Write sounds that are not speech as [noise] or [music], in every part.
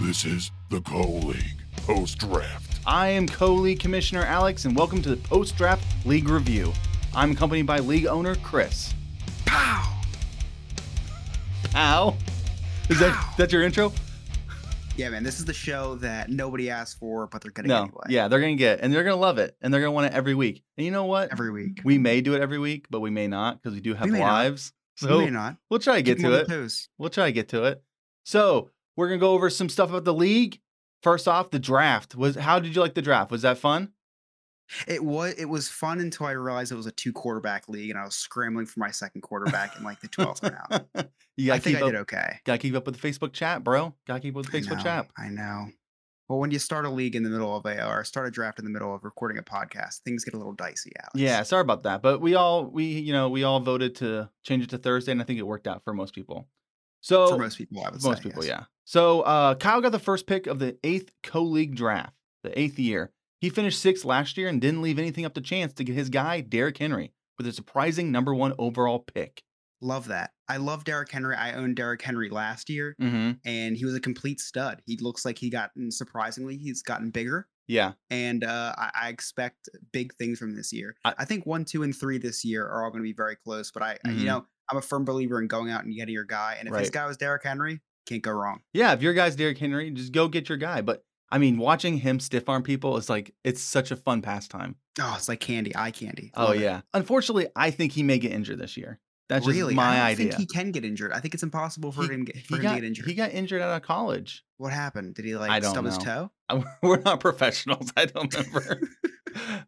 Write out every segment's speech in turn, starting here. This is the Coal League post draft. I am co league commissioner Alex, and welcome to the post draft league review. I'm accompanied by league owner Chris. Pow! Pow? Is that, that your intro? Yeah, man, this is the show that nobody asked for, but they're gonna get No. anyway. Yeah, they're going to get it, and they're going to love it, and they're going to want it every week. And you know what? every week. we may do it every week, but we may not because we do have may not. lives. So So may not we'll try to Oh, get Keep 'em to on it. their toes. We'll try to get to it. So we're gonna go over some stuff about the league. First off, the draft was. How did you like the draft? Was that fun? It was it was fun until I realized it was a two quarterback league, and I was scrambling for my second quarterback in like [laughs] the twelfth round. you gotta I keep think I up. did okay. Gotta keep up with the Facebook chat, bro. Gotta keep up with the I Facebook know, chat. I know. Well, when you start a league in the middle of a or start a draft in the middle of recording a podcast, things get a little dicey, Alex. Yeah, sorry about that, but we all we you know we all voted to change it to Thursday, and I think it worked out for most people. So for most people, I would For most say, people, yes. yeah. So uh, Kyle got the first pick of the eighth co league draft, the eighth year. He finished sixth last year and didn't leave anything up to chance to get his guy, Derrick Henry, with a surprising number one overall pick. Love that. I love Derrick Henry. I owned Derrick Henry last year, Mm-hmm. and he was a complete stud. He looks like he gotten surprisingly, he's gotten bigger. Yeah. and uh, I, I expect big things from this year. I- I, think one, two, and three this year are all going to be very close. But I, I- Mhm. you know, I'm a firm believer in going out and getting your guy. And if this Right. guy was Derrick Henry, can't go wrong. Yeah. If your guy's Derrick Henry, just go get your guy. But I mean, watching him stiff arm people is like, it's such a fun pastime. Oh, it's like candy, eye candy. Oh, Love it. yeah. Unfortunately, I think he may get injured this year. That's just really? my I don't idea. think he can get injured. I think it's impossible for He- him, get, He for him got, to get injured. he got injured out of college. what happened? Did he I like don't stub his know. toe? [laughs] We're not professionals. I don't remember. [laughs] [laughs]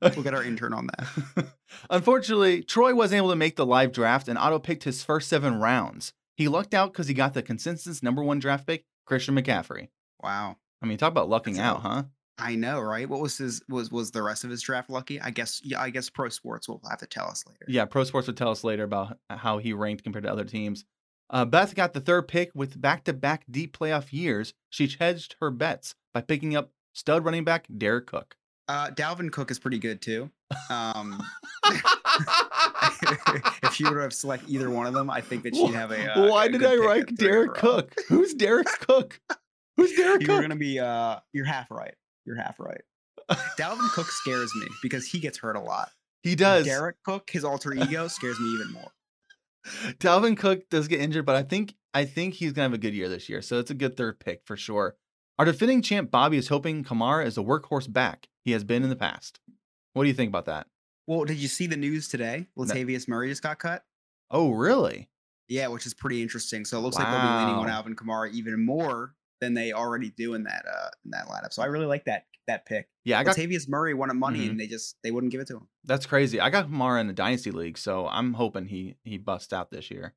We'll get our intern on that. Unfortunately, Troy wasn't able to make the live draft and auto picked his first seven rounds. He lucked out because he got the consensus number one draft pick, Christian McCaffrey. Wow. I mean, talk about lucking That's out, a- huh? I know, right? What was his was was the rest of his draft lucky? I guess yeah, I guess pro sports will have to tell us later. Yeah, Pro Sports would tell us later about how he ranked compared to other teams. Uh, Beth got the third pick with back to back deep playoff years. She hedged her bets by picking up stud running back Derek Cook. Uh, Dalvin Cook is pretty good too. Um, [laughs] if she were to have select either one of them, I think that she'd have a. Uh, Why a did good I pick at rank three Derek overall. Cook? Who's [laughs] Derek Cook? Who's Derek You Cook? were gonna be. Uh, you're half right. You're [laughs] half right. Dalvin Cook scares me because he gets hurt a lot. He does. Derek Cook, his alter ego, scares me even more. Dalvin Cook does get injured, but I think I think he's gonna have a good year this year. So it's a good third pick for sure. Our defending champ Bobby is hoping Kamara is a workhorse back he has been in the past. What do you think about that? Well, did you see the news today? Latavius Murray just got cut. Oh, really? Yeah, which is pretty interesting. So it looks like they'll be leaning on Wow. Alvin Kamara even more than they already do in that uh, in that lineup. So I really like that that pick. Yeah, I got Latavius Murray wanted money, Mhm. and they just they wouldn't give it to him. that's crazy. I got Kamara in the dynasty league, so I'm hoping he he busts out this year,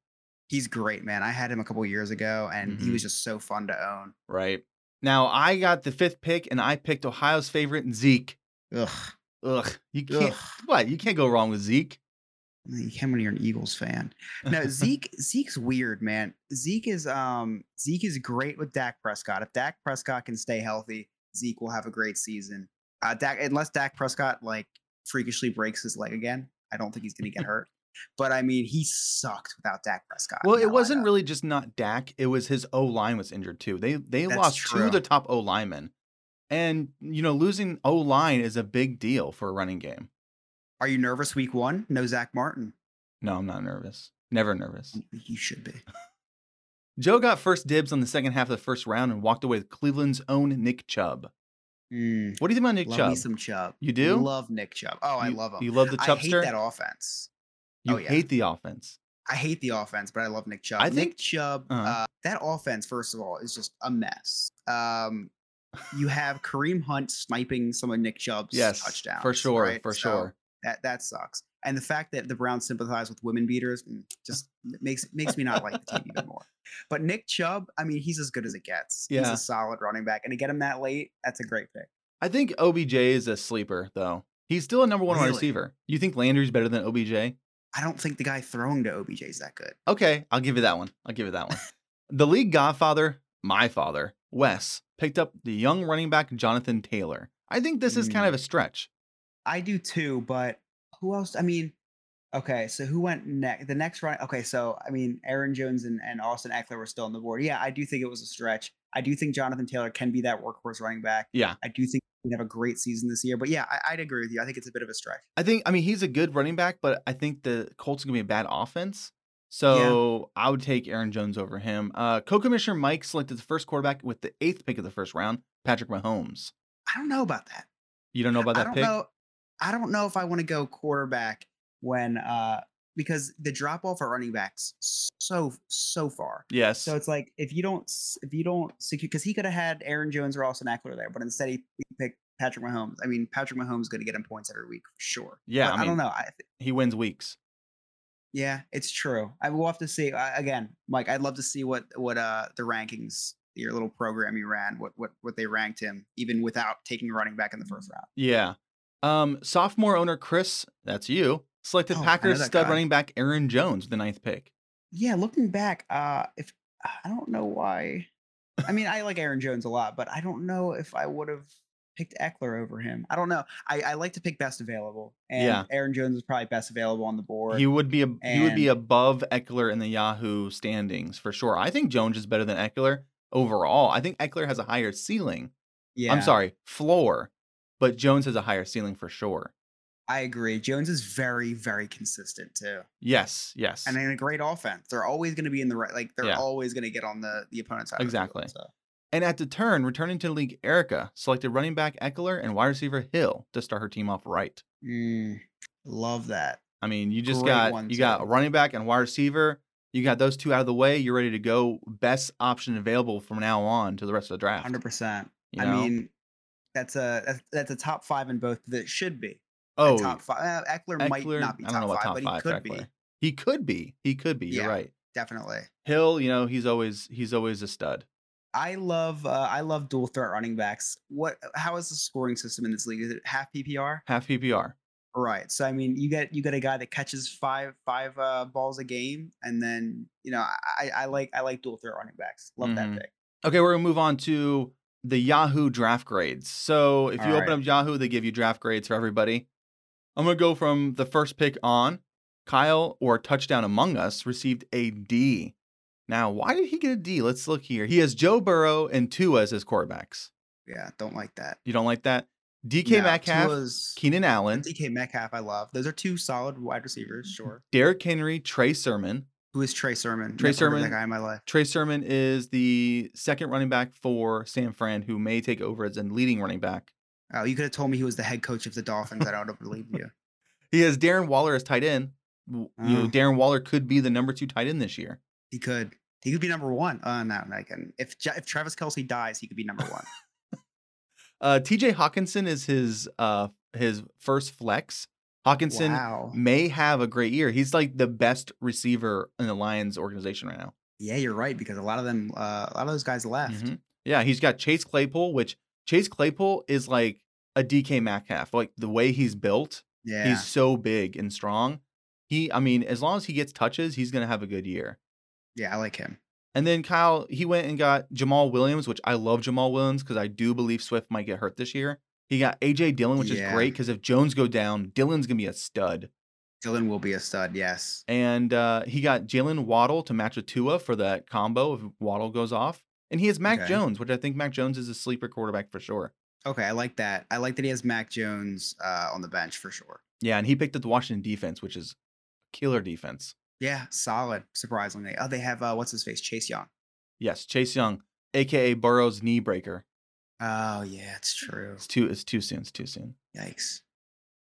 He's great, man. I had him a couple years ago, and he Mm-hmm. was just so fun to own. right? Now I got the fifth pick, and I picked Ohio's favorite Zeke. Ugh. Ugh, you can't. Ugh. What? You can't go wrong with Zeke. You can when you're an Eagles fan. [laughs] No, Zeke. Zeke's weird, man. Zeke is um Zeke is great with Dak Prescott. If Dak Prescott can stay healthy, Zeke will have a great season. Uh, Dak, unless Dak Prescott like freakishly breaks his leg again, I don't think he's [laughs] gonna get hurt. But I mean, he sucked without Dak Prescott. Well, in it that wasn't lineup. really just not Dak. It was his O line was injured too. They they That's lost two true. of their top O linemen, and you know losing O line is a big deal for a running game. Are you nervous week one? No, Zach Martin. No, I'm not nervous. Never nervous. You should be. Joe got first dibs on the second half of the first round and walked away with Cleveland's own Nick Chubb. Mm, What do you think about Nick love me Chubb? some Chubb. You do? love Nick Chubb. Oh, I You- love him. You love the I hate Chubbster. that offense. you oh, yeah. hate the offense. I hate the offense, but I love Nick Chubb. I think- Nick Chubb, uh Uh-huh. that offense, first of all, is just a mess. Um, you have Kareem Hunt sniping some of Nick Chubb's Yes, touchdowns. for sure, right? for So sure. That that sucks. And the fact that the Browns sympathize with women beaters mm, just m- makes makes me not like the team even more. But Nick Chubb, I mean, he's as good as it gets. He's Yeah. a solid running back, and to get him that late, that's a great pick. I think OBJ is a sleeper though. He's still a number one wide Really? receiver. You think Landry's better than OBJ? I don't think the guy throwing to OBJ is that good. Okay, I'll give you that one. I'll give you that [laughs] one. the league godfather, my father, Wes, picked up the young running back Jonathan Taylor. I think this is kind Mm. of a stretch. I do too, but who else? I mean, okay, so who went next? The next round. Okay, so I mean, Aaron Jones and, and Austin Eckler were still on the board. Yeah, I do think it was a stretch. I do think Jonathan Taylor can be that workhorse running back. Yeah. I do think he can have a great season this year. But yeah, I, I'd agree with you. I think it's a bit of a stretch. I think I mean he's a good running back, but I think the Colts are gonna be a bad offense. So I would take Aaron Jones over him. Uh, co-commissioner Mike selected the first quarterback with the eighth pick of the first round, Patrick Mahomes. I don't know about that. You don't know about I that don't pick? know. I don't know if I want to go quarterback when uh because the drop off at running backs so so far. Yes. So it's like if you don't s- if you don't secure because he could have had Aaron Jones or Austin Eckler there, but instead he, he picked Patrick Mahomes. I mean Patrick Mahomes going to get him points every week for sure. yeah, But I, I, mean, don't know. I, he wins weeks. yeah, it's true. I will have to see I, again, Mike. I'd love to see what what uh the rankings your little program you ran what what what they ranked him even without taking a running back in the Mm-hmm. first round. Yeah. Um, sophomore owner Chris, that's you, selected Oh, I know Packers that stud guy. running back Aaron Jones with the ninth pick. yeah, looking back, uh, if I don't know why. I mean, I like Aaron Jones a lot, but I don't know if I would have picked Eckler over him. I don't know. I, I like to pick best available, and Yeah. Aaron Jones is probably best available on the board. He would be a, he would be and- above Eckler in the Yahoo standings for sure. I think Jones is better than Eckler overall. I think Eckler has a higher ceiling. yeah, I'm sorry, floor, but Jones has a higher ceiling for sure. I agree. Jones is very, very consistent too, Yes, yes. and in a great offense, they're always going to be in the right. Like they're Yeah. always going to get on the the opponent's side. of the field, Exactly. so. And at the turn, returning to the league, Erica selected running back Eckler and wide receiver Hill to start her team off right. Mm, love that. I mean, you just Great got one, you got too. a running back and wide receiver. You got those two out of the way. You're ready to go. Best option available from now on to the rest of the draft. Hundred percent. you I know? mean, that's a that's, that's a top five in both that should be. oh, top five. Uh, Eckler, might Eckler, not be I top don't know what five, top but five he for could be. Eckler. he could be. He could be. You're Yeah. right. Definitely. Hill, you know, he's always he's always a stud. I love uh, I love dual threat running backs. What? How is the scoring system in this league? Is it half PPR? Half PPR. Right. So I mean, you get you get a guy that catches five five uh, balls a game, and then you know I, I- I like I like dual threat running backs. Love Mhm. that pick. Okay, we're gonna move on to the Yahoo draft grades. So if you All open right. up Yahoo, they give you draft grades for everybody. I'm gonna go from the first pick on. Kyle or touchdown among us received a D. Now, why did he get a D? Let's look here. He has Joe Burrow and Tua as his quarterbacks. Yeah, don't like that. You don't like that? DK No, Metcalf, Tua's- Keenan Allen, DK Metcalf, I love. Those are two solid wide receivers. Mm-hmm. Sure. Derrick Henry, Trey Sermon. Who is Trey Sermon? Trey Never heard of Sermon. that guy in my life. Trey Sermon is the second running back for San Fran, who may take over as a leading running back. Oh, you could have told me he was the head coach of the Dolphins. I don't believe you. He has Darren Waller as tight end. W- You know, Oh. Darren Waller could be the number two tight end this year. He could. He could be number one. Oh no, no, I can. If Ja- if Travis Kelsey dies, he could be number [laughs] one. Uh, T.J. Hawkinson is his uh, his first flex. Hawkinson wow. may have a great year. He's like the best receiver in the Lions organization right now. Yeah, you're right because a lot of them, uh, a lot of those guys left. Mhm. Yeah, he's got Chase Claypool, which Chase Claypool is like a DK Metcalf. Like the way he's built, Yeah, he's so big and strong. He, I mean, as long as he gets touches, he's gonna have a good year. yeah, I like him. And then Kyle, he went and got Jamal Williams, which I love Jamal Williams because I do believe Swift might get hurt this year. He got AJ Dillon, which is Yeah. great because if Jones go down, Dillon's gonna be a stud. Dylan will be a stud. Yes, And uh, he got Jalen Waddle to match with Tua for that combo if Waddle goes off. And he has Mac Okay. Jones, which I think Mac Jones is a sleeper quarterback for sure. okay, I like that. I like that he has Mac Jones uh, on the bench for sure. Yeah, and he picked up the Washington defense, which is killer defense. Yeah, solid. Surprisingly, oh, they have uh, what's his face, Chase Young. Yes, Chase Young, aka Burrow's knee breaker. Oh yeah, it's true. It's too it's too soon. It's too soon. Yikes.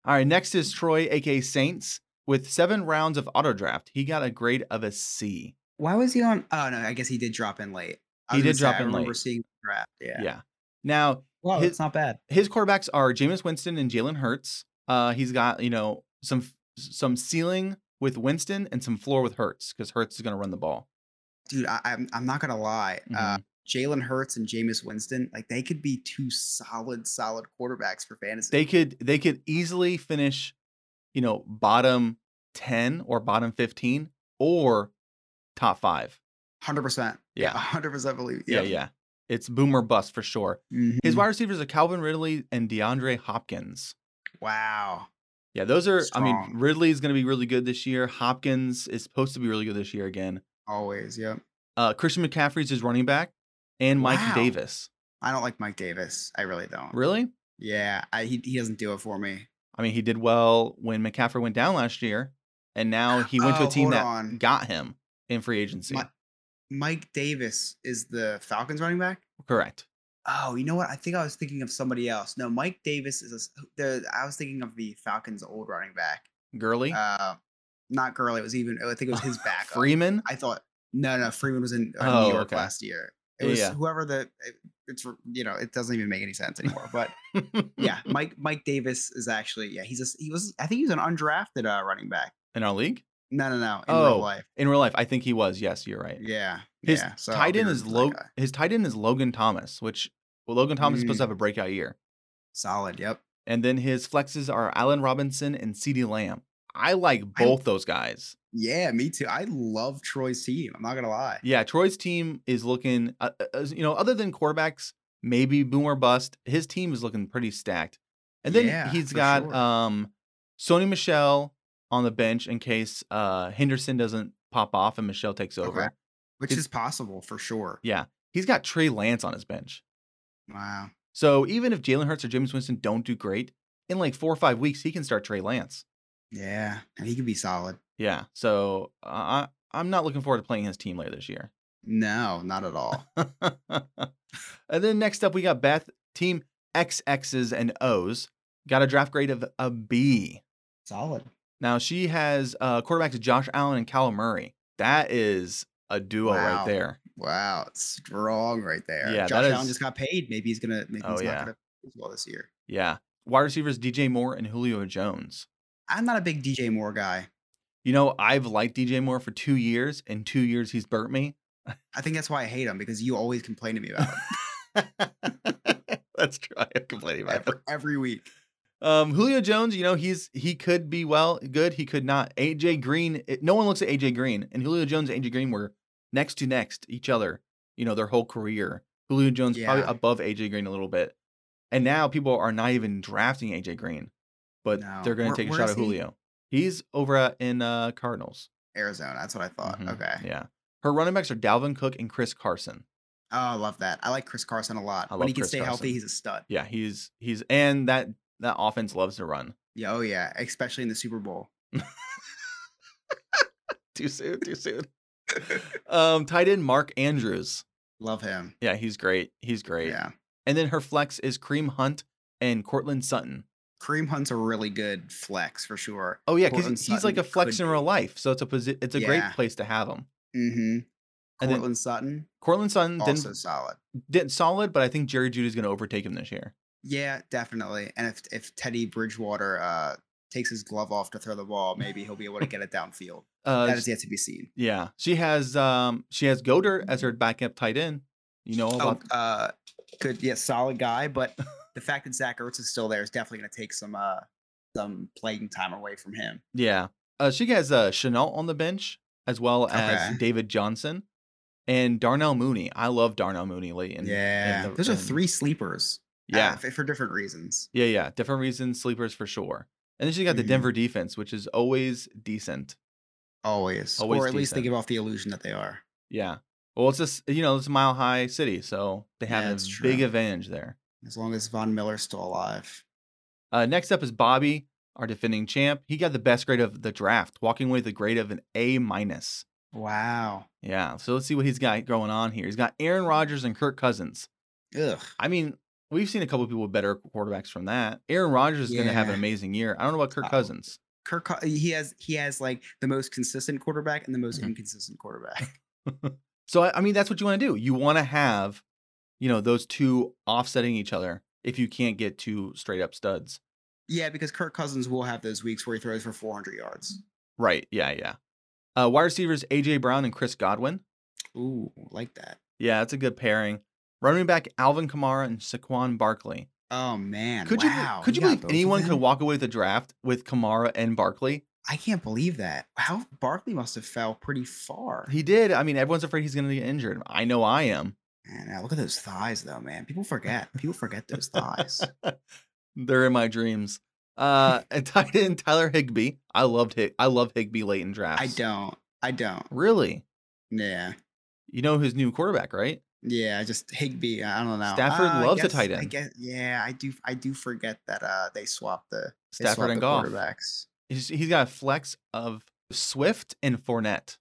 All right, next is Troy, aka Saints, with seven rounds of auto draft. He got a grade of a C. Why was he on? Oh no, I guess he did drop in late. I He was gonna did say, drop I in remember late. seeing the draft. Yeah. Yeah. Now Well, His- it's not bad. his quarterbacks are Jameis Winston and Jalen Hurts. Uh, he's got you know some some ceiling with Winston and some floor with Hurts because Hurts is going to run the ball. dude, I, I'm I'm not gonna lie. Uh, Mm-hmm. Jalen Hurts and Jameis Winston, like they could be two solid, solid quarterbacks for fantasy. They could they could easily finish, you know, bottom ten or bottom fifteen or top five. hundred percent, Yeah. hundred percent believe. Yeah, Mm-hmm. yeah. It's boom or bust for sure. His Mhm. wide receivers are Calvin Ridley and DeAndre Hopkins. wow, Yeah, those are. I mean, Strong. Ridley is going to be really good this year. Hopkins is supposed to be really good this year again. always, yep. Uh, Christian McCaffrey's his running back, and Mike Wow. Davis. I don't like Mike Davis. I really don't. Really? Yeah, I, he he doesn't do it for me. I mean, he did well when McCaffrey went down last year, and now he went to Oh, a team hold that on. got him in free agency. My- Mike Davis is the Falcons running back. Correct. Oh, you know what? I think I was thinking of somebody else. No, Mike Davis is a s the. I was thinking of the Falcons' old running back. Gurley, Uh, not Gurley. It was even. I think it was [laughs] his back. Freeman. I thought no, no. Freeman was in uh, Oh, New York okay. last year. It was Yeah. whoever the. It, it's you know it doesn't even make any sense anymore. But [laughs] yeah, Mike Mike Davis is actually yeah he's a, s- he was I think he was an undrafted uh, running back. in our league, No, no, no. In real Oh. life, in real life, I think he was. Yes, you're right. yeah, His yeah. So I'll tight be end rooting is for that Lo- guy. Mm. His tight end is Logan Thomas, which well, Logan Thomas is supposed to have a breakout year, Solid. Yep. and then his flexes are Allen Robinson and Ceedee Lamb. I like I- both those guys. Yeah, me too. I love Troy's team. I'm not gonna lie. Yeah, Troy's team is looking, uh, uh, as- you know, other than quarterbacks, maybe boom or bust, his team is looking pretty stacked. And then Yeah, he's for got sure. um, Sony Michelle on the bench in case uh, Henderson doesn't pop off and Michelle takes Okay. over. Which It's- is possible for sure. Yeah, he's got Trey Lance on his bench. Wow. So even if Jalen Hurts or James Winston don't do great, in like four or five weeks, he can start Trey Lance. Yeah. And he could be solid. Yeah. So uh, I, I'm not looking forward to playing his team later this year. [laughs] No, not at all. and then next up, we got Beth Team XX's and O's. Got a draft grade of a B. solid. Now she has uh, quarterbacks Josh Allen and Cal Murray. That is a duo Wow. right there. Wow. Strong right there. Yeah, Josh that Allen is- just got paid. Maybe he's gonna maybe Oh, he's yeah. not gonna play as well this year. Yeah. Wide receivers DJ Moore and Julio Jones. I'm not a big DJ Moore guy. You know, I've liked DJ Moore for two years. In two years, he's burnt [laughs] me. I think that's why I hate him because you always complain to me about him That's true. [laughs] I am complaining about that. every, every week. Um, Julio Jones, you know, he's he could be well good, he could not. AJ Green, it, no one looks at AJ Green, and Julio Jones and AJ Green were next to next each other, you know, their whole career. Julio Jones probably Yeah. above AJ Green a little bit, and now people are not even drafting AJ Green, but No. they're going Where- to take a where shot is at he? Julio. He's over at, in uh, Cardinals. Arizona. That's what I thought. Mhm. Uh, Okay. Yeah, her running backs are Dalvin Cook and Chris Carson. Oh, I love that. I like Chris Carson a lot. I when he love can Chris stay Carson. healthy, he's a stud. Yeah, he's he's and that that offense loves to run. Yeah, oh yeah. Especially in the Super Bowl. Too soon, too [laughs] soon. um, tight end Mark Andrews. Love him. Yeah, he's great. He's great. Yeah. And then her flex is Cream Hunt and Cortland Sutton. Kareem Hunt's a really good flex for sure. Oh yeah, because Cortland he's Sutton like a flex could in be. real life, so it's a posi- it's a great Yeah. place to have him. Mm-hmm. And then- Cortland Sutton Cortland Sutton also didn't, solid. did solid, but I think Jerry Judy's going to overtake him this year. Yeah, definitely. And if if Teddy Bridgewater uh, takes his glove off to throw the ball, maybe he'll be able to get it [laughs] downfield. Uh, that is yet to be seen. yeah, she has um she has Goder as her backup tight end. You know Mm-hmm. Oh, about uh, good. Yeah, solid [laughs] guy. But the fact that Zach Ertz is still there is definitely going to take some uh, some playing time away from him. yeah. Uh, she has uh Chanel on the bench as well as Okay. David Johnson and Darnell Mooney. I love Darnell Mooney late in yeah, the- those are in- three sleepers. uh, yeah. f- for different reasons. Yeah, yeah. Different reasons, sleepers for sure. And then she got the Mhm. Denver defense, which is always decent. Always, Always or at least they decent. give off the illusion that they are. Yeah. Well, it's just you know, it's a mile high city, so they have Yeah, a it's true. big advantage there. As long as Von Miller's still alive. Uh, next up is Bobby, our defending champ. He got the best grade of the draft, walking away with a grade of an A minus. Wow. Yeah. So let's see what he's got going on here. He's got Aaron Rodgers and Kirk Cousins. Ugh. I mean, we've seen a couple people with better quarterbacks from that. Aaron Rodgers is gonna have an Yeah. amazing year. I don't know about Kirk Oh. Cousins. Kirk, Cous- he has he has like the most consistent quarterback and the most Mhm. inconsistent quarterback. [laughs] So I, I mean, that's what you want to do. You want to have, you know, those two offsetting each other. If you can't get two straight up studs, yeah, because Kirk Cousins will have those weeks where he throws for 400 yards. right? Yeah, yeah. Uh, wide receivers AJ Brown and Chris Godwin. Ooh, like that. Yeah, that's a good pairing. Running back Alvin Kamara and Saquon Barkley. Oh man, Could wow. you could you got believe both of anyone could them? walk away with a draft with Kamara and Barkley? I can't believe that. How Barkley must have fell pretty far. He did. I mean, everyone's afraid he's going to get injured. I know I am. Man, now look at those thighs though, man. People forget. People forget [laughs] those thighs. They're in my dreams. [laughs] Uh, and tight end Tyler Higby. I loved Hig- I love Higby late in drafts. I don't. I don't. Really? Yeah. You know his new quarterback, right? Yeah, I just Higby. I don't know. Stafford I loves a guess- tight I end. guess, yeah, I do. I do forget that uh, they swapped the they Stafford swapped and the Goff. quarterbacks. He's, he's got a flex of Swift and Fournette.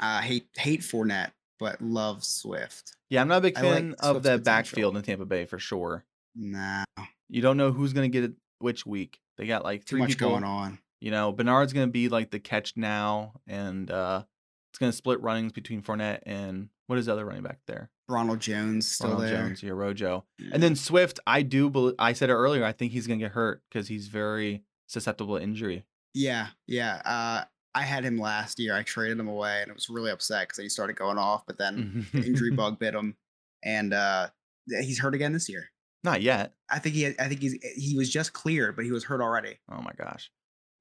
I hate hate Fournette, but love Swift. Yeah, I'm not a big I like fan of that Swift's potential. backfield in Tampa Bay for sure. Nah, You don't know who's going to get it which week. They got like too three much people. going on. You know, Bernard's going to be like the catch now, and uh it's going to split runnings between Fournette and what is the other running back there? Ronald Jones still Ronald there. Jones, your Rojo. Yeah. And then Swift, I do. bel I said it earlier. I think he's going to get hurt because he's very susceptible to injury. Yeah, yeah. Uh, I had him last year. I traded him away, and I was really upset because he started going off, but [laughs] then Mm-hmm. the Mm-hmm. injury bug bit him, and uh, th- he's hurt again this year. Not yet. I think he. had- I think he's. He was just cleared, but he was hurt already. Oh my gosh.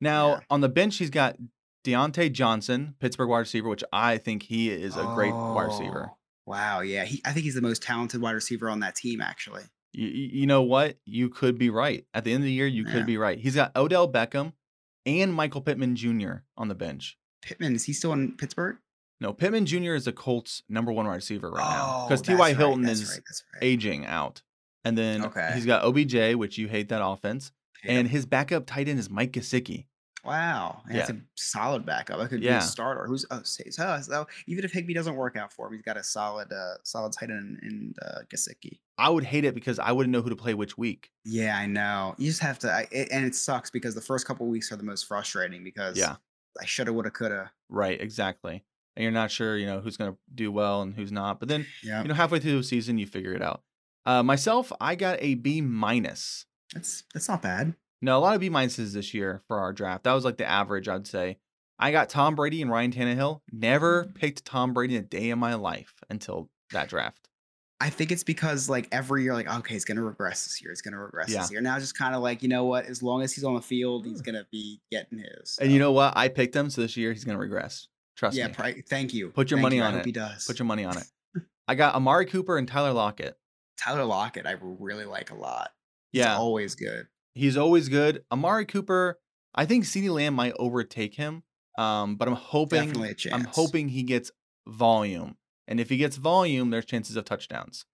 Now Yeah. on the bench, he's got Deontay Johnson, Pittsburgh wide receiver, which I think he is a great wide receiver. Oh, Wow, yeah. He, I think he's the most talented wide receiver on that team, actually. You, you know what? You could be right. At the end of the year, you Yeah. could be right. He's got Odell Beckham and Michael Pittman Jr. on the bench. Pittman, is he still in Pittsburgh? No, Pittman Jr. is the Colts' number one wide receiver right now Oh, because that's T.Y. right, Hilton that's is right, that's right. aging out. And then Okay. he's got OBJ, which you hate that offense. Pitt- And his backup tight end is Mike Gesicki. wow, and that's a solid backup. That could be Yeah. a starter. Who's oh, say- so, so even if Higby doesn't work out for him, he's got a solid, uh, solid tight end in uh, Gasicki. I would hate it because I wouldn't know who to play which week. Yeah, I know. You just have to, I, it, and it sucks because the first couple weeks are the most frustrating because Yeah. I shoulda, woulda, coulda. Right, exactly. And you're not sure, you know, who's going to do well and who's not. But then, Yeah, you know, halfway through the season, you figure it out. Uh, myself, I got a B minus. that's that's not bad. No, a lot of B minuses this year for our draft. That was like the average, I'd say. I got Tom Brady and Ryan Tannehill. Never picked Tom Brady in a day in my life until that draft. I think it's because like every year, like okay, it's gonna regress this year. It's gonna regress Yeah. Hmm. this year. Now, it's just kind of like you know what? As long as he's on the field, he's gonna be getting his. And you so- know what? I picked him, so this year he's going to regress. Trust yeah, me. pri- thank you. Put your Thank money you. I on hope it. He does. Put your money [laughs] on it. I got Amari Cooper and Tyler Lockett. Tyler Lockett, I really like a lot. He's Yeah. always good. He's always good. Amari Cooper, I think CeeDee Lamb might overtake him. Um, but I'm hoping Definitely a chance. I'm hoping he gets volume. And if he gets volume, there's chances of touchdowns.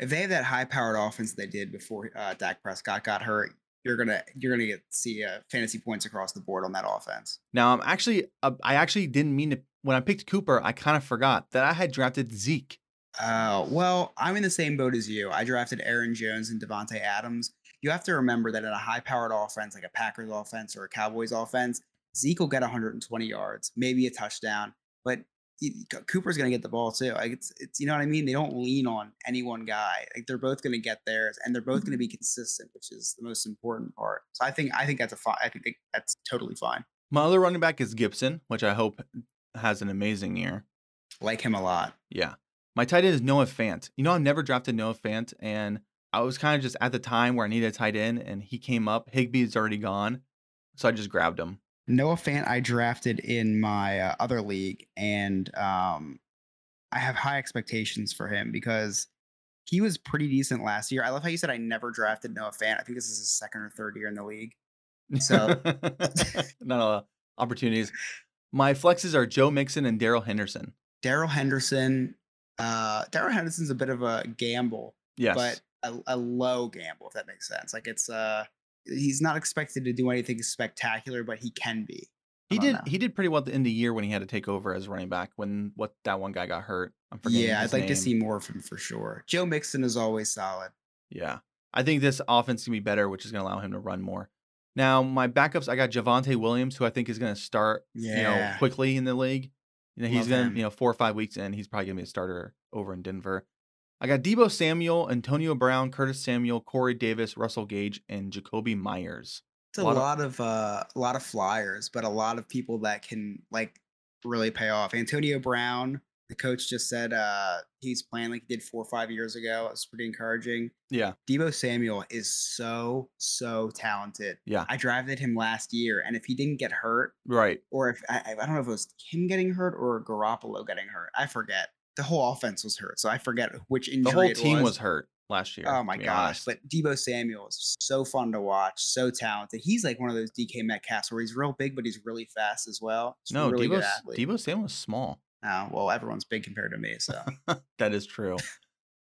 if they have that high-powered offense they did before uh, Dak Prescott got hurt, you're gonna you're gonna get see uh, fantasy points across the board on that offense. Now I'm actually uh, I actually didn't mean to when I picked Cooper, I kind of forgot that I had drafted Zeke. Uh, well, I'm in the same boat as you. I drafted Aaron Jones and Devonte Adams. You have to remember that in a high-powered offense like a Packers offense or a Cowboys offense, Zeke will get 120 yards, maybe a touchdown, but he- C- Cooper's going to get the ball too. Like it's, it's, you know what I mean. They don't lean on any one guy. Like they're both going to get theirs, and they're both going to be consistent, which is the most important part. So I think, I think that's a fine. I think that- that's totally fine. My other running back is Gibson, which I hope has an amazing year. Like him a lot. Yeah. My tight end is Noah Fant. You know, I've never drafted Noah Fant, and I was kind of just at the time where I needed a tight end, and he came up. Higby is already gone, so I just grabbed him. Noah Fant I drafted in my uh, other league, and um, I have high expectations for him because he was pretty decent last year. I love how you said I never drafted Noah Fant. I think this is his second or third year in the league. [laughs] So- not a lot of opportunities. My flexes are Joe Mixon and Daryl Henderson. Daryl Henderson, uh, Daryl Henderson's a bit of a gamble, Yes. but a, a low gamble, if that makes sense. Like it's uh, he's not expected to do anything spectacular, but he can be. I he don't did know. he did pretty well at the end of the year when he had to take over as running back when what that one guy got hurt. I'm forgetting. Yeah, I'd his like to name. see more of him for sure. Joe Mixon is always solid. Yeah. I think this offense can be better, which is gonna allow him to run more. Now, my backups, I got Javante Williams, who I think is gonna start Yeah. you know, quickly in the league. You know, he's Love gonna, him. you know, four or five weeks in, he's probably gonna be a starter over in Denver. I got Debo Samuel, Antonio Brown, Curtis Samuel, Corey Davis, Russell Gage, and Jacoby Myers. It's a lot of- lot of uh, a lot of flyers, but a lot of people that can like really pay off. Antonio Brown, the coach just said uh, he's playing like he did four or five years ago. It's pretty encouraging. Yeah. Debo Samuel is so so talented. Yeah. I drafted him last year, and if he didn't get hurt, Right. or if I, I- I don't know if it was him getting hurt or Garoppolo getting hurt, I forget. The whole offense was hurt, so I forget which injury. The whole it team was was hurt last year. Oh my to be gosh! honest. But Debo Samuel is so fun to watch, so talented. He's like one of those DK Metcalfs where he's real big, but he's really fast as well. He's a no, really Debo, good athlete. Debo Samuel's small. Oh, well, everyone's big compared to me, so That is true.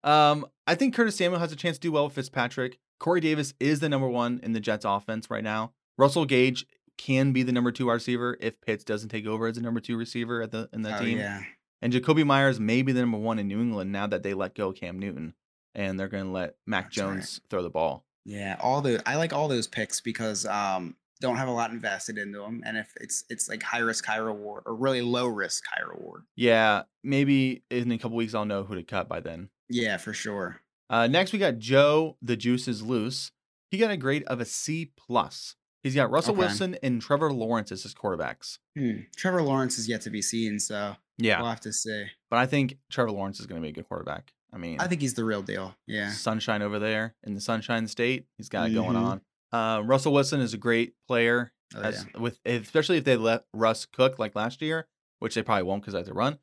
Um, I think Curtis Samuel has a chance to do well with Fitzpatrick. Corey Davis is the number one in the Jets offense right now. Russell Gage can be the number two wide receiver if Pitts doesn't take over as the number two receiver at the in [laughs] the Oh, team. yeah. And Jacoby Myers may be the number one in New England now that they let go Cam Newton and they're going to let Mac That's right. Jones throw the ball. Yeah, all the I like all those picks because um don't have a lot invested into them, and if it's it's like high risk, high reward, or really low risk, high reward. Yeah, maybe in a couple weeks I'll know who to cut by then. Yeah, for sure. Uh, next, we got Joe. The juice is loose. He got a grade of a C plus. He's got Russell Okay. Wilson and Trevor Lawrence as his quarterbacks. Hmm. Trevor Lawrence is yet to be seen, so Yeah, we'll have to see. but I think Trevor Lawrence is going to be a good quarterback. I mean, I think he's the real deal. Yeah, sunshine over there in the Sunshine State. He's got it going Mhm. on. Uh, Russell Wilson is a great player, Oh, as with especially if they let Russ cook like last year, which they probably won't because that's a run.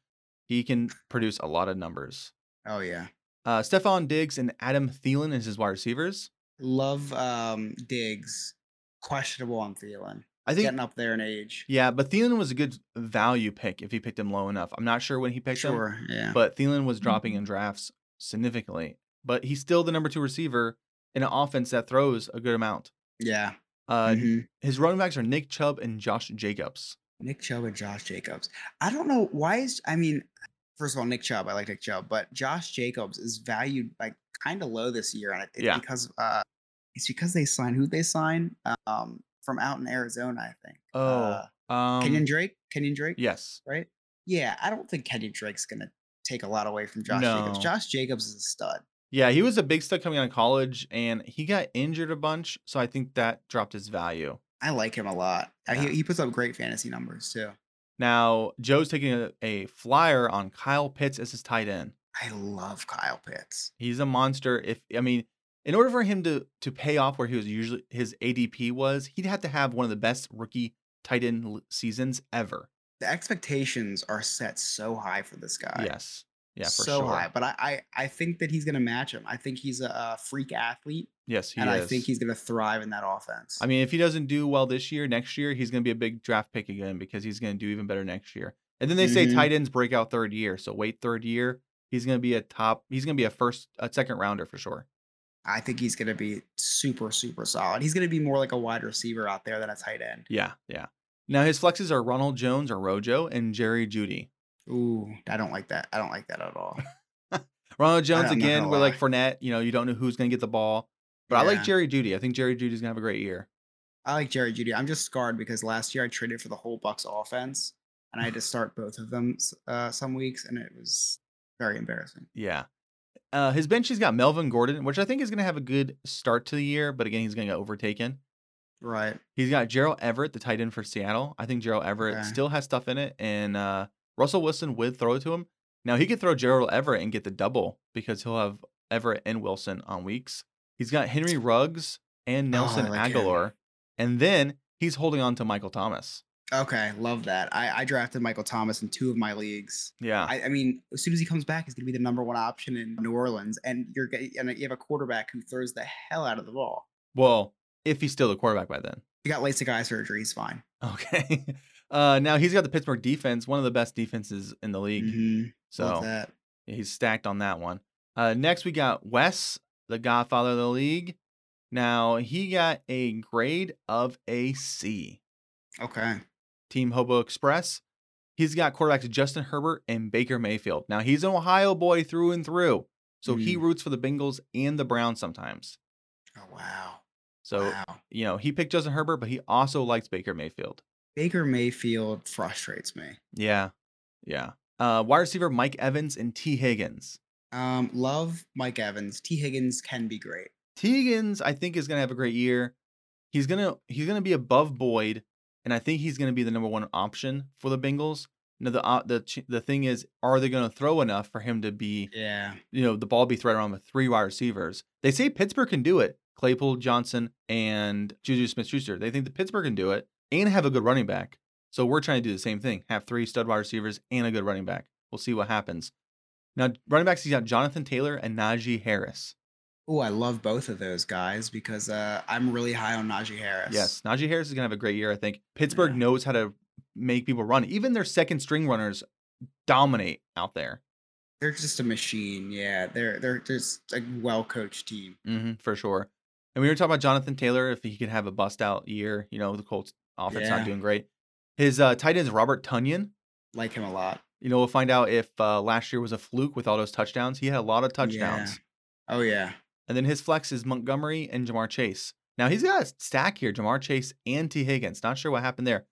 He can produce a lot of numbers. yeah. Oh yeah. Uh, Stephon Diggs and Adam Thielen is his wide receivers. Love um Diggs. Questionable on Thielen. I think Getting up there in age. Yeah, but Thielen was a good value pick if he picked him low enough. I'm not sure when he picked him, Sure. Mm-hmm. Yeah. but Thielen was dropping in drafts significantly. But he's still the number two receiver in an offense that throws a good amount. yeah. Uh, mhm. His running backs are Nick Chubb and Josh Jacobs. Nick Chubb and Josh Jacobs. I don't know why is I mean, first of all, Nick Chubb. I like Nick Chubb, but Josh Jacobs is valued like kind of low this year, and it, it's Yeah. because uh, it's because they signed who they signed um from out in Arizona, I think. Oh, Uh, um, Kenyon Drake. Kenyon Drake. Yes, Right. Yeah, I don't think Kenyon Drake's gonna take a lot away from Josh Jacobs. No. Josh Jacobs is a stud. yeah, he was a big stud coming out of college, and he got injured a bunch, so I think that dropped his value. I like him a lot. Uh, Yeah. He, he puts up great fantasy numbers too. Now Joe's taking a, a flyer on Kyle Pitts as his tight end. I love Kyle Pitts. He's a monster. If I mean, in order for him to to pay off where he was usually his ADP was, he'd have to have one of the best rookie tight end l- seasons ever. The expectations are set so high for this guy. Yes, yeah, for so sure. high. But I, I, I think that he's going to match him. I think he's a, a freak athlete, Yes, he and is. I think he's going to thrive in that offense. I mean, if he doesn't do well this year, next year he's going to be a big draft pick again because he's going to do even better next year. And then they say Mhm. tight ends break out third year, so wait third year. He's going to be a top. He's going to be a first, a second rounder for sure. I think he's going to be super, super solid. He's going to be more like a wide receiver out there than a tight end. Yeah, yeah. Now his flexes are Ronald Jones or Rojo and Jerry Judy. Ooh, I don't like that. I don't like that at all. Ronald Jones I'm not again. gonna We're like lie. Fournette. You know, you don't know who's gonna get the ball. But I like Yeah. Jerry Judy. I think Jerry Judy's gonna have a great year. I like Jerry Judy. I'm just scarred because last year I traded for the whole Bucks offense, [sighs] and I had to start both of them s- uh, some weeks, and it was very embarrassing. Yeah. Uh, his bench, he's got Melvin Gordon, which I think is gonna have a good start to the year. But again, he's gonna get overtaken. Right. He's got Gerald Everett, the tight end for Seattle. I think Gerald Everett Okay. still has stuff in it, and uh, Russell Wilson would throw it to him. Now he could throw Gerald Everett and get the double because he'll have Everett and Wilson on weeks. He's got Henry Ruggs and Oh, I Nelson like him. Aguilar, and then he's holding on to Michael Thomas. Okay. Love that. I, I drafted Michael Thomas in two of my leagues. Yeah, I, I mean, as soon as he comes back, he's going to be the number one option in New Orleans, and you're get- and you have a quarterback who throws the hell out of the ball. Well, if he's still the quarterback by then. [laughs] He got LASIK eye surgery; he's fine. Okay. Uh, now he's got the Pittsburgh defense, one of the best defenses in the league. Mhm, love So that. he's stacked on that one. Uh, next we got Wes, the Godfather of the league. Now he got a grade of a C. Okay, Team Hobo Express. He's got quarterbacks Justin Herbert and Baker Mayfield. Now he's an Ohio boy through and through, so he Mhm. roots for the Bengals and the Browns sometimes. oh wow, So wow. you know he picked Justin Herbert, but he also likes Baker Mayfield. Baker Mayfield frustrates me. Yeah. Yeah. Uh, wide receiver Mike Evans and T. Higgins. Um, love Mike Evans. T Higgins can be great. T. Higgins, I think, is gonna have a great year. He's gonna he's gonna be above Boyd, and I think he's gonna be the number one option for the Bengals. Now the uh, the ch- the thing is, are they gonna throw enough for him to be Yeah, you know the ball be threaded around with three wide receivers? They say Pittsburgh can do it. Claypool, Johnson, and Juju Smith-Schuster. They think that Pittsburgh can do it and have a good running back. So we're trying to do the same thing: have three stud wide receivers and a good running back. We'll see what happens. Now, running backs, he's got Jonathan Taylor and Najee Harris. Oh, I love both of those guys because uh, I'm really high on Najee Harris. Yes, Najee Harris is gonna have a great year. I think Pittsburgh Yeah. knows how to make people run. Even their second string runners dominate out there. They're just a machine. Yeah, they're they're just a well coached team. hmm for sure. And we were talking about Jonathan Taylor if he could have a bust out year. You know, the Colts offense not Yeah. doing great. His uh, tight end is Robert Tunyon. Like him a lot. You know, we'll find out if uh, last year was a fluke with all those touchdowns. He had a lot of touchdowns. Oh yeah, And then his flex is Montgomery and Jamar Chase. Now he's got a stack here: Jamar Chase and T. Higgins. Not sure what happened there.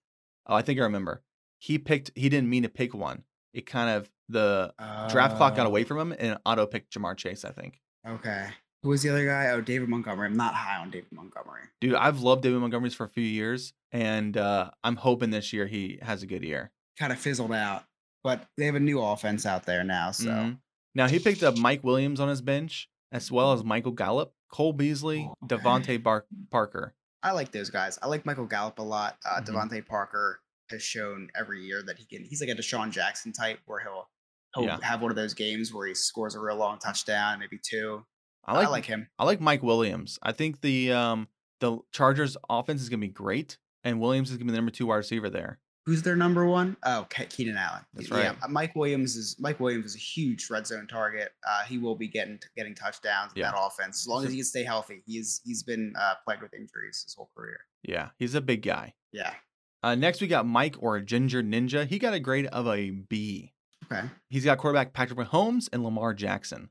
Oh, I think I remember. He picked. He didn't mean to pick one. It kind of the draft clock got Uh, away from him and auto picked Jamar Chase. I think. Okay, who was the other guy? Oh, David Montgomery. I'm not high on David Montgomery. Dude, I've loved David Montgomery's for a few years, and uh, I'm hoping this year he has a good year. Kind of fizzled out, but they have a new offense out there now. So Mhm. now he picked up Mike Williams on his bench, as well as Michael Gallup, Cole Beasley, Okay. Devontae Bar- Parker. I like those guys. I like Michael Gallup a lot. Uh, Mhm. Devontae Parker has shown every year that he can. He's like a Deshaun Jackson type, where he'll he'll Yeah. have one of those games where he scores a real long touchdown, maybe two. I like, I like him. I like Mike Williams. I think the um the Chargers offense is gonna be great, and Williams is gonna be the number two wide receiver there. Who's their number one? Oh, Ke- Keenan Allen. That's Yeah, uh, Mike Williams is Mike Williams is a huge red zone target. Uh, he will be getting getting touchdowns in Yeah. that offense as long He's as a- he can stay healthy. He's he's been uh, plagued with injuries his whole career. Yeah, he's a big guy. Yeah. Uh, next we got Mike or Ginger Ninja. He got a grade of a B. Okay. He's got quarterback Patrick Mahomes and Lamar Jackson.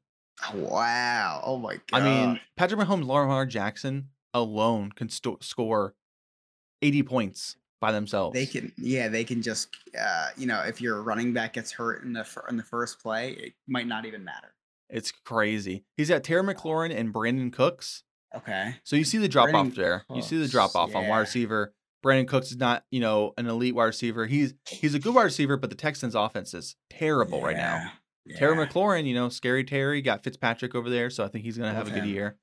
Oh, wow. Oh my I god. mean, Patrick Mahomes, Lamar Jackson alone can sto- score 80 points by themselves. They can, yeah, they can just, uh, you know, if your running back gets hurt in the fir- in the first play, it might not even matter. It's crazy. He's got Terry McLaurin and Brandon Cooks. Okay, So you see the drop off Brandon there. You see the drop off on yeah. wide receiver. Brandon Cooks is not, you know, an elite wide receiver. He's he's a good wide receiver, but the Texans' offense is terrible right now. Yeah, Terry yeah. McLaurin, you know, scary Terry got Fitzpatrick over there, so I think he's going to have Love a good him. year.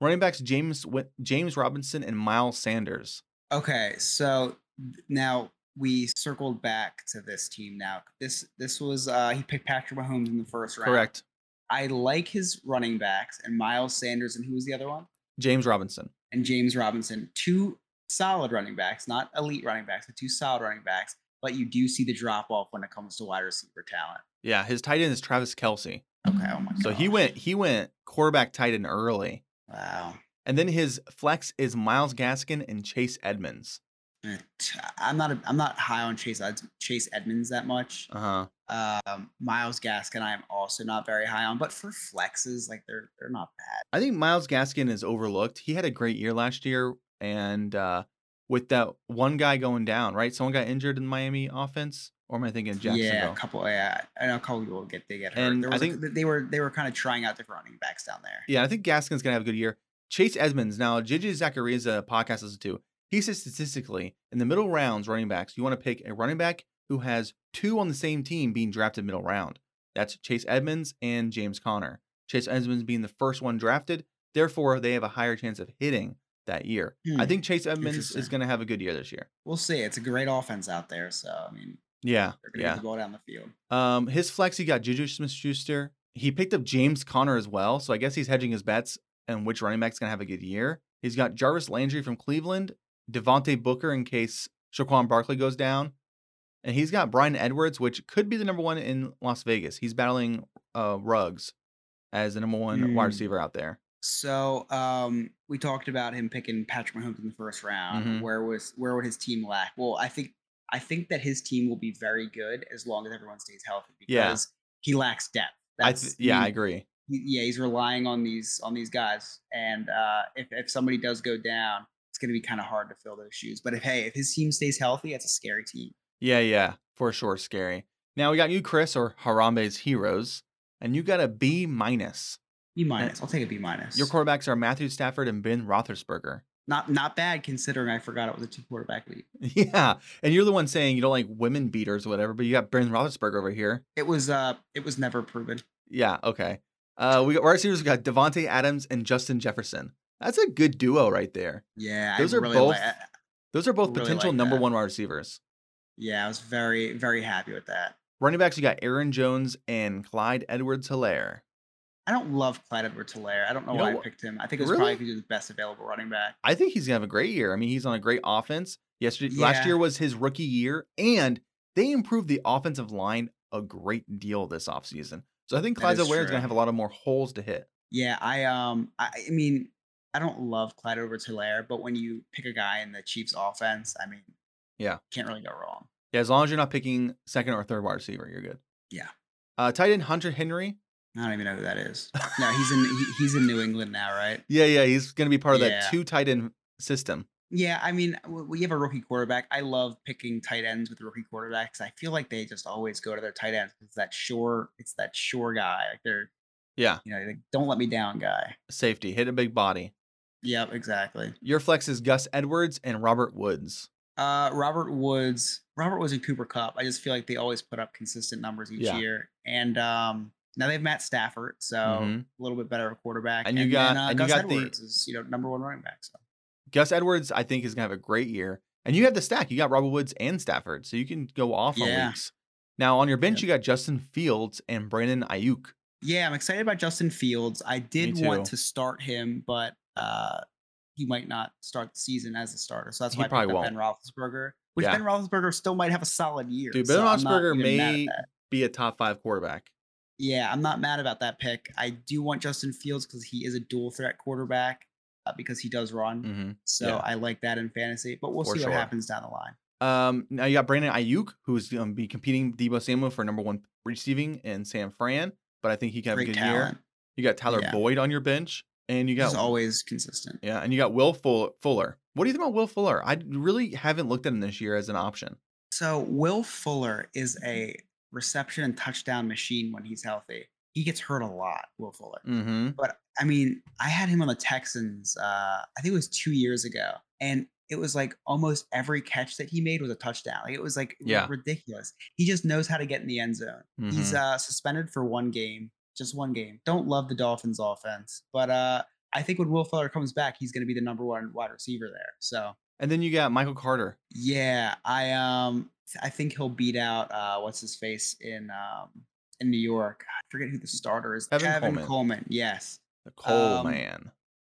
Running backs James Wi- James Robinson and Miles Sanders. Okay, so th- now we circled back to this team. Now this this was uh he picked Patrick Mahomes in the first round. Correct. I like his running backs and Miles Sanders and who was the other one? James Robinson. and James Robinson, two solid running backs, not elite running backs, but two solid running backs. But you do see the drop off when it comes to wide receiver talent. Yeah, his tight end is Travis Kelsey. Okay, oh my god. So he went he went quarterback tight end early. Wow. And then his flex is Miles Gaskin and Chase Edmonds. Eh, t- I'm not a, I'm not high on Chase Ed- Chase Edmonds that much. Uh-huh. Um, Miles Gaskin I'm also not very high on, but for flexes like they're they're not bad. I think Miles Gaskin is overlooked. He had a great year last year and uh with that one guy going down, right? Someone got injured in Miami offense or am I thinking of Jacksonville? Yeah, a couple. Yeah, I know a couple people get they get hurt. And there I was a- think- they were they were kind of trying out different running backs down there. Yeah, I think Gaskin's gonna have a good year. Chase Edmonds. Now, JJ Zacharia's a podcast listen to. He says statistically, in the middle rounds, running backs, you want to pick a running back who has two on the same team being drafted middle round. That's Chase Edmonds and James Conner. Chase Edmonds being the first one drafted, therefore they have a higher chance of hitting that year. I Hmm, think Chase Edmonds is interesting. gonna have a good year this year. We'll see. It's a great offense out there, so I mean Yeah, they're gonna get yeah. the ball down the field. Um, his flex, he got Juju Smith-Schuster. He picked up James Conner as well, so I guess he's hedging his bets and which running back's gonna have a good year. He's got Jarvis Landry from Cleveland, Devontae Booker in case Shaquan Barkley goes down, and he's got Brian Edwards, which could be the number one in Las Vegas. He's battling uh, Ruggs as the number one wide Hmm. receiver out there. So um, we talked about him picking Patrick Mahomes in the first round. Mhm. Where was where would his team lack? Well, I think I think that his team will be very good as long as everyone stays healthy Yeah. because he lacks depth. I th- yeah, I agree. he- yeah, he's relying on these on these guys, and uh, if if somebody does go down, it's going to be kind of hard to fill those shoes. But if hey, if his team stays healthy, it's a scary team. Yeah, yeah, for sure, scary. Now we got you, Chris, or Harambe's Heroes, and you got a B minus. B minus. I'll take a B minus. Your quarterbacks are Matthew Stafford and Ben [laughs] Roethlisberger. [laughs] not not bad considering I forgot it was a two quarterback league. Yeah, and you're the one saying you don't like women beaters or whatever, but you got Ben Roethlisberger over here. It was uh it was never proven. Yeah, okay. Uh, we got wide receivers. We got Devonte Adams and Justin Jefferson. That's a good duo right there. Yeah, Those are li- both- Those are both Really potential like number that. one wide receivers. Yeah, I was very, very happy with that. Running backs, you got Aaron Jones and Clyde Edwards Hilaire. I don't love Clyde Edwards Hilaire. I don't know You why know I wh- picked him. I think it was probably Really? because he was the best available running back. I think he's gonna have a great year. I mean, he's on a great offense. Yesterday, last Yeah. year was his rookie year, and they improved the offensive line a great deal this offseason. So I think That is Clyde Ware is true. going to have a lot of more holes to hit. Yeah, I um, I, I mean, I don't love Clyde over Hilaire, but when you pick a guy in the Chiefs' offense, I mean, Yeah. can't really go wrong. Yeah, as long as you're not picking second or third wide receiver, you're good. Yeah. Uh, tight end Hunter Henry. I don't even know who that is. No, he's in he, he's in New England now, right? [laughs] Yeah, yeah, he's going to be part of Yeah. that two tight end system. Yeah, I mean, w- we have a rookie quarterback. I love picking tight ends with rookie quarterbacks. I feel like they just always go to their tight ends. It's that sure, it's that sure guy. Like they're, Yeah, you know, like don't let me down guy. safety, hit a big body. Yep, exactly. Your flex is Gus Edwards and Robert Woods. Uh, Robert Woods, Robert Woods and Cooper Cup. I just feel like they always put up consistent numbers each Yeah. year. And um, now they have Matt Stafford, so Mhm. a little bit better of a quarterback. uh, And you got- and you Gus got the- Edwards is you know number one running back. So Gus Edwards, I think, is going to have a great year. And you have the stack. You got Robert Woods and Stafford, so you can go off on Yeah. weeks. Now on your bench, you got Justin Fields and Brandon Ayuk. yeah, I'm excited about Justin Fields. I did want too. to start him, but uh, he might not start the season as a starter. So that's He why I probably probably Ben Roethlisberger, which Yeah. Ben Roethlisberger still might have a solid year. Dude, Ben so I'm not Roethlisberger even mad at may that. Be a top five quarterback. Yeah, I'm not mad about that pick. I do want Justin Fields because he is a dual threat quarterback uh, because he does run. hmm So yeah. I like that in fantasy, but we'll For see sure. what happens down the line. Um, now you got Brandon Ayuk, who's going to be competing with Debo Samuel for number one receiving in San Fran, but I think he can have a Great good year. talent. You got Tyler Yeah. Boyd on your bench, and you He's got always consistent. yeah, and you got Will Full- Fuller. What do you think about Will Fuller? I really haven't looked at him this year as an option. So Will Fuller is a reception and touchdown machine when he's healthy. He gets hurt a lot, Will Fuller. Mm-hmm. But I mean, I had him on the Texans, uh, I think it was two years ago. And it was like almost every catch that he made was a touchdown. Like it was like Yeah. ridiculous. He just knows how to get in the end zone. mm-hmm. He's uh, suspended for one game, just one game. Don't love the Dolphins' offense, but uh, I think when Will Fuller comes back, he's going to be the number one wide receiver there. So and then you got Michael Carter. yeah, I um, I think he'll beat out uh, what's his face in um in New York. I forget who the starter is. Tevin Coleman. Yes, The Coal Um, Man.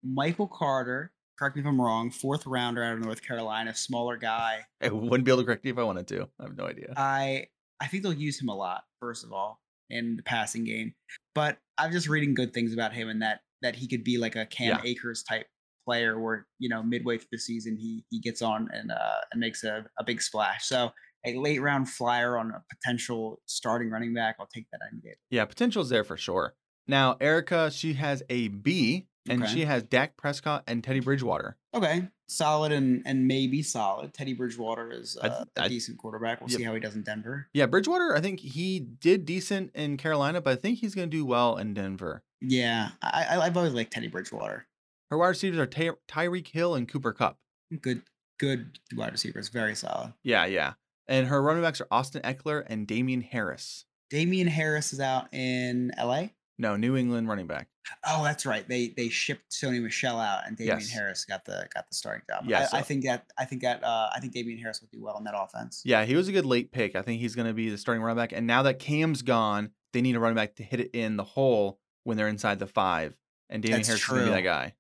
Michael Carter. Correct me if I'm wrong. Fourth rounder out of North Carolina, smaller guy. I wouldn't be able to correct you if I wanted to. I have no idea. I I think they'll use him a lot, first of all, in the passing game. But I'm just reading good things about him and that that he could be like a Cam Yeah. Akers type player where, you know, midway through the season he he gets on and uh and makes a, a big splash. So a late round flyer on a potential starting running back, I'll take that any day. yeah, potential's there for sure. Now Erica, she has a B, and Okay. she has Dak Prescott and Teddy Bridgewater. Okay. Solid and and maybe solid. Teddy Bridgewater is I- uh, a I- decent quarterback. We'll Yep. see how he does in Denver. Yeah, Bridgewater, I think he did decent in Carolina, but I think he's going to do well in Denver. Yeah. I I- I've always liked Teddy Bridgewater. Her wide receivers are Ty- Tyreek Hill and Cooper Cup. Good good wide receivers, very solid. Yeah, yeah. And her running backs are Austin Eckler and Damian Harris. Damian Harris is out in LA. No, New England running back. Oh, that's right. They they shipped Sony Michelle out, and Damian Yes. Harris got the got the starting job. Yeah, I, I so- think that I think that uh, I think Damian Harris will do well in that offense. Yeah, he was a good late pick. I think he's going to be the starting running back. And now that Cam's gone, they need a running back to hit it in the hole when they're inside the five. And Damian That's Harris is going to be that true. guy.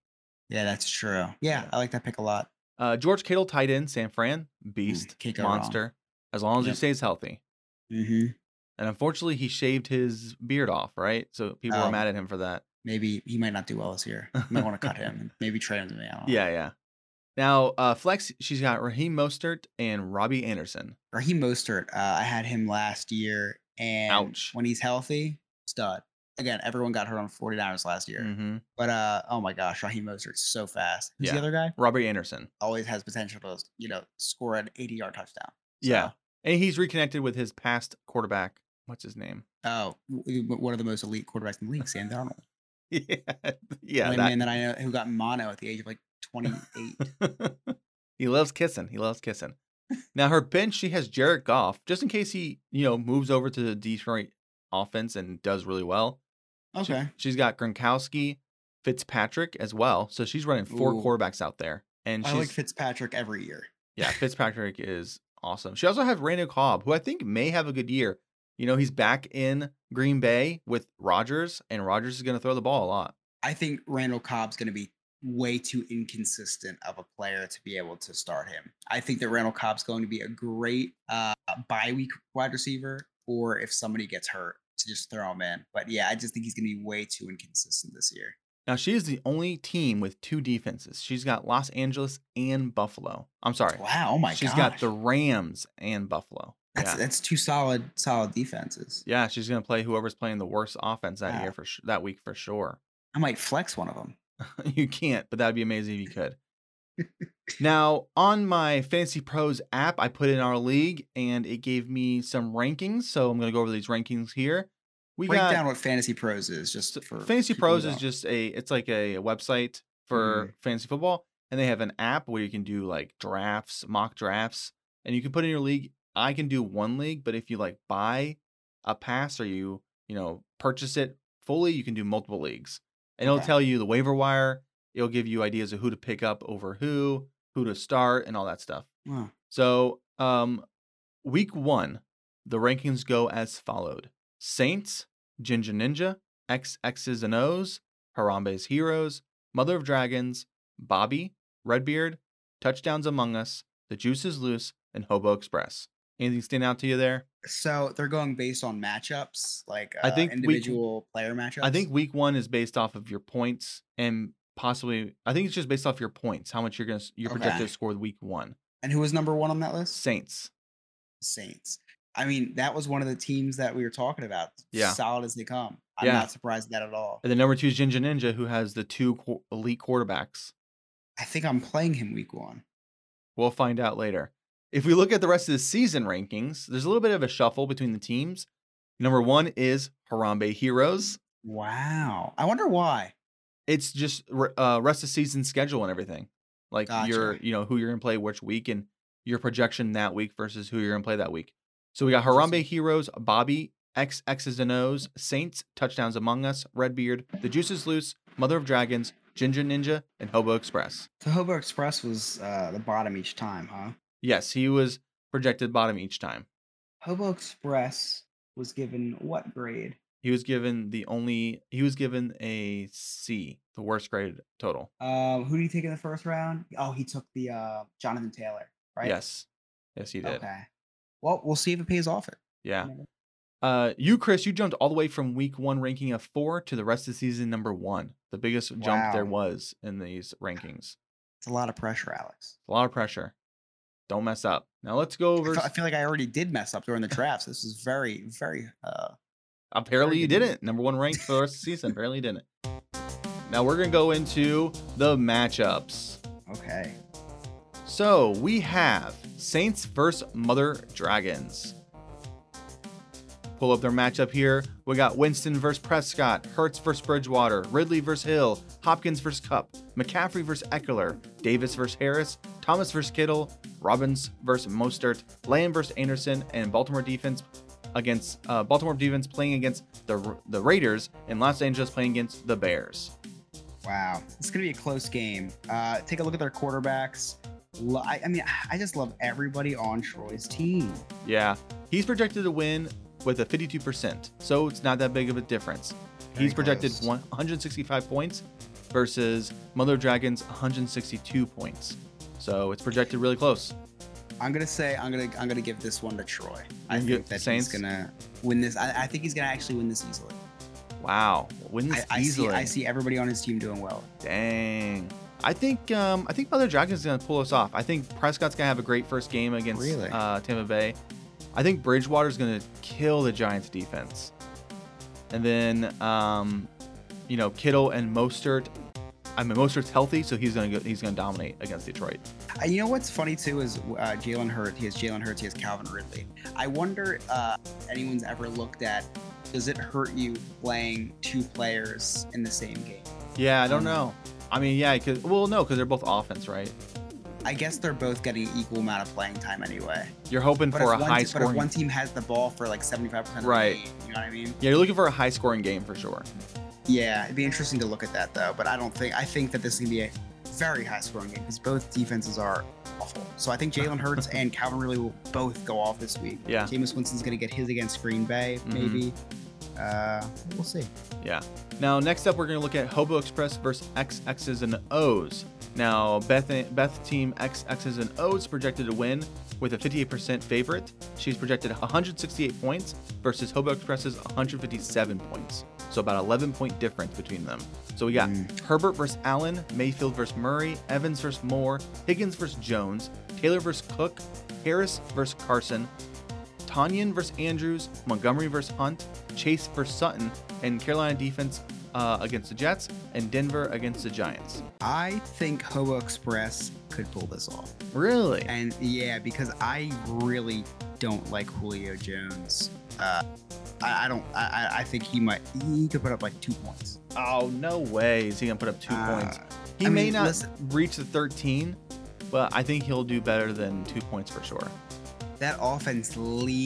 Yeah, that's true. Yeah, Yeah. I like that pick a lot. Uh, George Kittle, tight end, San Fran, beast, can't go wrong. monster, as long as he Yep. stays healthy. Mm-hmm. hmm And unfortunately, he shaved his beard off, right? So people were Oh. mad at him for that. Maybe he might not do well this year. You might want to cut him. and Maybe trade him to me. I don't [laughs] know. Yeah, yeah. Now, uh, Flex, she's got Raheem Mostert and Robbie Anderson. Raheem Mostert. Uh, I had him last year, and Ouch. when he's healthy, stud. Again, everyone got hurt on 49ers last year, hmm but uh, oh my gosh, Raheem Mostert's so fast. Who's Yeah. the other guy? Robbie Anderson. always has potential to you know score an 80 yard touchdown. Yeah. So, And he's reconnected with his past quarterback. What's his name? [laughs] Oh, w- w- one of the most elite quarterbacks in the league, Sam Darnold. yeah. Yeah, [laughs] Yeah. that, man that I know who got mono at the age of like [laughs] 28. that- [laughs] he loves kissing. He loves kissing. Now, her bench, she has Jared Goff, just in case he, you know, moves over to the Detroit offense and does really well. She- okay. she's got Gronkowski, Fitzpatrick as well. So she's running four Ooh. quarterbacks out there. And I she's, like Fitzpatrick every year. yeah, Fitzpatrick is awesome. She also has Randall Cobb, who I think may have a good year. You know, he's back in Green Bay with Rodgers, and Rodgers is going to throw the ball a lot. I think Randall Cobb's going to be way too inconsistent of a player to be able to start him. I think that Randall Cobb's going to be a great uh, bye week wide receiver, or if somebody gets hurt, to just throw him in. But yeah, I just think he's going to be way too inconsistent this year. Now she is the only team with two defenses. She's got Los Angeles and Buffalo. I'm sorry. Wow, oh my god, she's got the Rams and Buffalo. that's yeah. that's two solid solid defenses. yeah, she's gonna play whoever's playing the worst offense that Wow. year for sh- that week for sure. [laughs] I might flex one of them. you can't, but that'd be amazing if you could. [laughs] now, on my Fantasy Pros app, I put in our league and it gave me some rankings. So I'm gonna go over these rankings here. We Break got down what Fantasy Pros is just So for Fantasy people who Pros is don't. just a it's like a, website for Mm-hmm. fantasy football, and they have an app where you can do like drafts, mock drafts, and you can put in your league. I can do one league, but if you like buy a pass or you you know purchase it fully, you can do multiple leagues, and it'll Okay. tell you the waiver wire. It'll give you ideas of who to pick up over who, who to start, and all that stuff. Wow. So, um, week one, the rankings go as followed Saints, Ginger Ninja, XX's and O's, Harambe's Heroes, Mother of Dragons, Bobby, Redbeard, Touchdowns Among Us, The Juice is Loose, and Hobo Express. Anything stand out to you there? So they're going based on matchups, like uh, I think we- individual player matchups. I think week one is based off of your points and possibly, I think it's just based off your points, how much you're going to, you're projected Okay. to score week one. And who was number one on that list? Saints. Saints. I mean, that was one of the teams that we were talking about. Yeah. Solid as they come. I'm Yeah. not surprised at that at all. And then number two is Ginger Ninja, who has the two qu- elite quarterbacks. I think I'm playing him week one. We'll find out later. If we look at the rest of the season rankings, there's a little bit of a shuffle between the teams. Number one is Harambe Heroes. Wow. I wonder why. It's just re- uh, rest of season schedule and everything, like your Gotcha. you know who you're gonna play which week and your projection that week versus who you're gonna play that week. So we got Harambe Interesting. Heroes, Bobby, X X's and O's, Saints, Touchdowns Among Us, Redbeard, The Juice is Loose, Mother of Dragons, Ginger Ninja, and Hobo Express. So Hobo Express was uh, the bottom each time, huh? Yes, he was projected bottom each time. Hobo Express was given what grade? He was given the only he was given a C, the worst grade total. Um, who do you take in the first round? Oh, he took the uh, Jonathan Taylor, right? Yes. Yes, he did. Okay. Well, we'll see if it pays off. It. Yeah. Never- Uh you Chris, you jumped all the way from week 1 ranking of 4 to the rest of the season number 1. The biggest jump there Wow. was in these rankings. It's a lot of pressure, Alex. A lot of pressure. Don't mess up. Now let's go [laughs] I over feel, I feel like I already did mess up during the drafts. This is very, very. Uh, Apparently you good news. didn't. Number 1 ranked for the rest of the season. Apparently you didn't. Now we're going to go into the matchups. okay. So we have Saints versus Mother Dragons. Pull up their matchup here. We got Winston versus Prescott, Hertz versus Bridgewater, Ridley versus Hill, Hopkins versus Cup, McCaffrey versus Eckler, Davis versus Harris, Thomas versus Kittle, Robbins versus Mostert, Lamb versus Anderson, and Baltimore defense against uh, Baltimore defense playing against the Ra- the Raiders and Los Angeles playing against the Bears. Wow. It's going to be a close game. Uh, take a look at their quarterbacks. Lo- I, I mean, [sighs] I just love everybody on Troy's team. Yeah, he's projected to win with a 52%, so it's not that big of a difference. Very he's projected close. 165 points versus Mother of Dragons 162 points. So it's projected really close. I'm gonna say I'm gonna I'm gonna give this one to Troy. I You give think that Saints? he's gonna win this. I, I think he's gonna actually win this easily. Wow, win this I, I see easily. I see everybody on his team doing well. Dang. I think um, I think Mother of Dragons is gonna pull us off. I think Prescott's gonna have a great first game against Really? uh, Tampa Bay. I think Bridgewater's gonna kill the Giants defense, and then um, you know Kittle and Mostert. I mean Mostert's healthy, so he's gonna go, he's gonna dominate against Detroit. Uh, You know what's funny too is uh, Jalen Hurts. He has Jalen Hurts. He has Calvin Ridley. I wonder uh, if anyone's ever looked at does it hurt you playing two players in the same game? Yeah, I don't Mhm. know. I mean, yeah, cause well, no, because they're both offense, right? I guess they're both getting equal amount of playing time anyway. You're hoping for a if one, high te- but if scoring. one team has the ball for like 75 percent of Right. the game, you know what I mean? yeah, you're looking for a high scoring game for sure. Yeah, it'd be interesting to look at that though. But I don't think I think that this is gonna be a very high scoring game because both defenses are awful. So I think Jalen Hurts and Calvin Ridley will both go off this week. Yeah. Jameis Winston's gonna get his against Green Bay, maybe. Uh, we'll see. Yeah. Now, next up, we're going to look at Hobo Express versus XX's and O's. Now, Beth, Beth Team X, X's and O's projected to win with a 58% favorite. She's projected 168 points versus Hobo Express's 157 points. So about 11 point difference between them. So we got Herbert versus Allen, Mayfield versus Murray, Evans versus Moore, Higgins versus Jones, Taylor versus Cook, Harris versus Carson, Tanyan versus Andrews, Montgomery versus Hunt, Chase versus Sutton, and Carolina defense uh, against the Jets and Denver against the Giants. I think Hobo Express could pull this off. Really? And yeah, because I really don't like Julio Jones. Uh, I, I don't. I, I- I think he might. He could put up like two points. Oh, no way is he going to put up two Uh, points. He I may mean, not listen- reach the 13, but I think he'll do better than two points for sure. That offense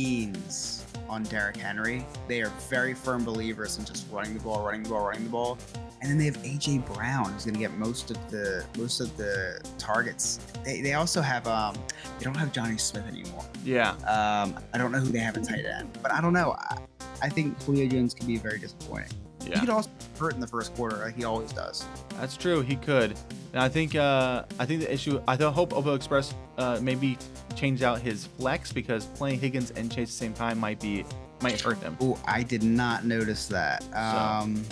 leans on Derrick Henry. They are very firm believers in just running the ball, running the ball, running the ball. And then they have AJ Brown, who's going to get most of the most of the targets. They, they also have um, they don't have Johnny Smith anymore. Yeah. Um, I don't know who they have in tight end, but I don't know. I, I think Julio Jones can be very disappointing. He Yeah. could also hurt in the first quarter, like he always does. That's true. He could. And I think uh, I think the issue. I th- hope Obo Express uh, maybe changed out his flex because playing Higgins and Chase at the same time might be might hurt him. Oh, I did not notice that. Um,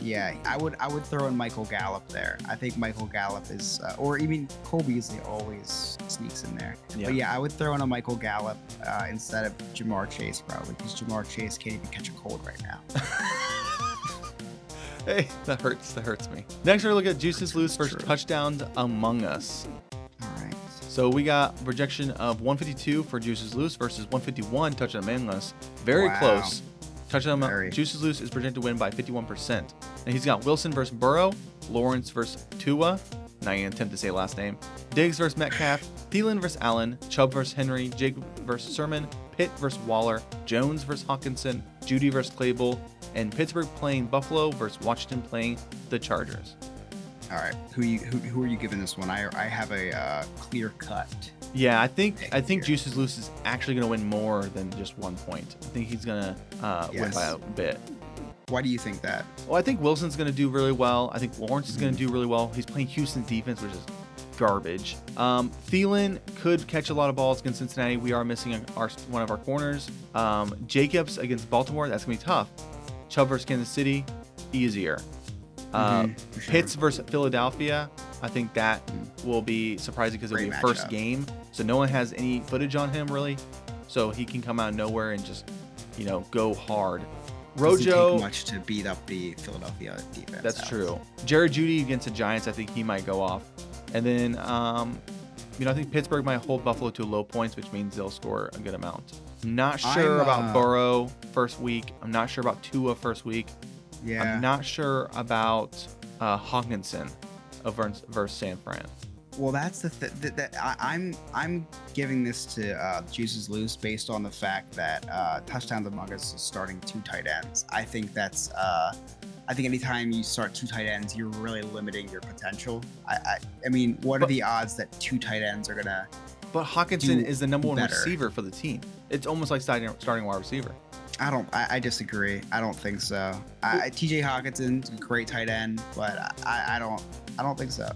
Yeah, I would I would throw in Michael Gallup there. I think Michael Gallup is, uh, or even Cole Beasley always sneaks in there. Yeah. But yeah, I would throw in a Michael Gallup uh, instead of Jamar Chase probably because Jamar Chase can't even catch a cold right [laughs] now. Hey, that hurts. That hurts me. Next, we're gonna look at Juices Loose versus True. touchdowns Among Us. All right. So we got a projection of 152 for Juices Loose versus 151 Touchdown Manless. Very Wow. close. Touchdown Very. Juices Loose is projected to win by 51%. And he's got Wilson versus Burrow, Lawrence versus Tua, not even attempt to say last name, Diggs versus Metcalf, Thielen versus Allen, Chubb versus Henry, Jig versus Sermon, Pitt versus Waller, Jones versus Hawkinson, Judy versus Claypool, and Pittsburgh playing Buffalo versus Washington playing the Chargers. All right. Who you who, who are you giving this one? I I have a uh, clear cut. Yeah, I think I Next think year. Juices Loose is actually gonna win more than just one point. I think he's gonna uh, win by Yes. a bit. Why do you think that? Well, I think Wilson's gonna do really well. I think Lawrence is gonna do really well. He's playing Houston's defense, which is garbage. Um, Thielen could catch a lot of balls against Cincinnati. We are missing our one of our corners. Um, Jacobs against Baltimore, that's gonna be tough. Chubb versus Kansas City, easier. Uh, Mhm, for sure. Pitts versus Philadelphia. I think that Mm. will be surprising because it'll Great be a first matchup. game, so no one has any footage on him really, so he can come out of nowhere and just, you know, go hard. Doesn't take Rojo, much to beat up the Philadelphia defense. that's out. true. Jared Judy against the Giants, I think he might go off, and then, um, you know, I think Pittsburgh might hold Buffalo to low points, which means they'll score a good amount. Not sure I'm, about uh, Burrow first week. I'm not sure about Tua first week. Yeah. I'm not sure about uh, Hawkinson of vers- versus San Fran. well, that's the th- that, that I, I'm I'm giving this to uh, Juices Loose based on the fact that uh, touchdowns among us is starting two tight ends. I think that's. Uh, I think anytime you start two tight ends, you're really limiting your potential. I, I, I mean, what But- are the odds that two tight ends are gonna? But Hawkinson Do is the number one better. receiver for the team. It's almost like starting starting wide receiver. I don't. I, I disagree. I don't think so. I, I- T.J. Hawkinson's a great tight end, but I- I, I don't. I don't think so.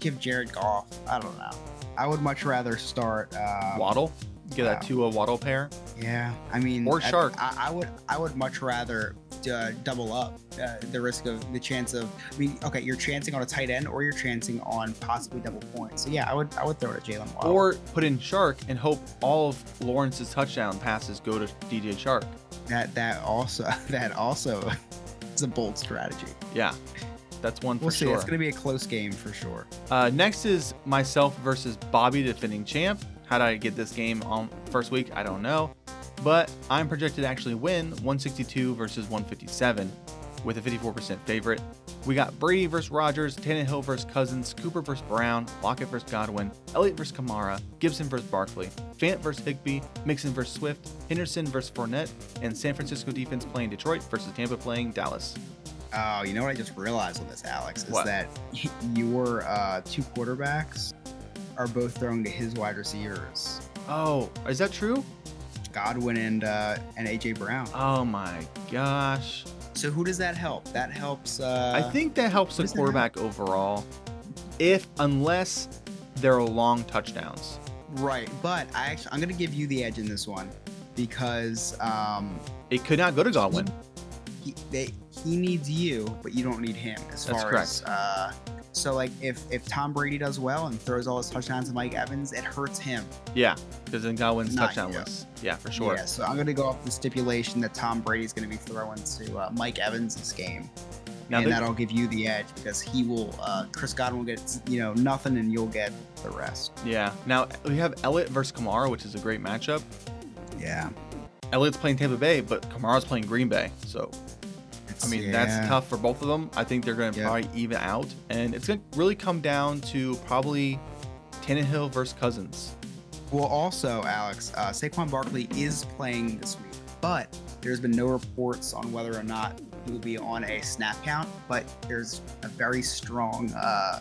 Give Jared Goff. I don't know. I would much rather start. Um, Waddle, get that wow. two a Waddle pair. Yeah, I mean, Or at- Shark. I, I would. I would much rather uh, double up uh, the risk of the chance of. I mean, okay, you're chancing on a tight end, or you're chancing on possibly double points. So yeah, I would. I would throw it at Jalen Waddle. Or put in Shark and hope all of Lawrence's touchdown passes go to DJ Shark. that. That also. [laughs] That also. is a bold strategy. Yeah, that's one for We'll see. sure. It's going to be a close game for sure. Uh, next is myself versus Bobby, defending champ. How did I get this game on first week? I don't know. But I'm projected to actually win 162 versus 157 with a 54% favorite. We got Brady versus Rogers, Tannehill versus Cousins, Cooper versus Brown, Lockett versus Godwin, Elliott versus Kamara, Gibson versus Barkley, Fant versus Higby, Mixon versus Swift, Henderson versus Fournette, and San Francisco defense playing Detroit versus Tampa playing Dallas. Oh, you know what I just realized on this, Alex, is What? that [laughs] your uh, two quarterbacks are both throwing to his wide receivers, Oh, is that true? Godwin and uh, and AJ Brown. Oh my gosh. So who does that help? That helps. Uh, I think that helps the what is that? quarterback overall. if unless there are long touchdowns. Right, but I actually I'm gonna give you the edge in this one because um It could not go to Godwin. he they, he needs you, but you don't need him as That's far as uh so like if if Tom Brady does well and throws all his touchdowns to Mike Evans, it hurts him. Yeah, because then Godwin's Not touchdown you. list. Yeah, for sure. Yeah, so I'm gonna go off the stipulation that Tom Brady's gonna be throwing to uh, Mike Evans this game, Now and the- that'll give you the edge because he will. Uh, Chris Godwin will get you know nothing, and you'll get the rest. Yeah. Now we have Elliott versus Kamara, which is a great matchup. Yeah, Elliott's playing Tampa Bay, but Kamara's playing Green Bay. So I mean that's tough for both of them. I think they're going to Yeah. probably even out, and it's going to really come down to probably Tannehill versus Cousins. Well, also Alex, uh, Saquon Barkley is playing this week, but there's been no reports on whether or not he will be on a snap count. But there's a very strong uh,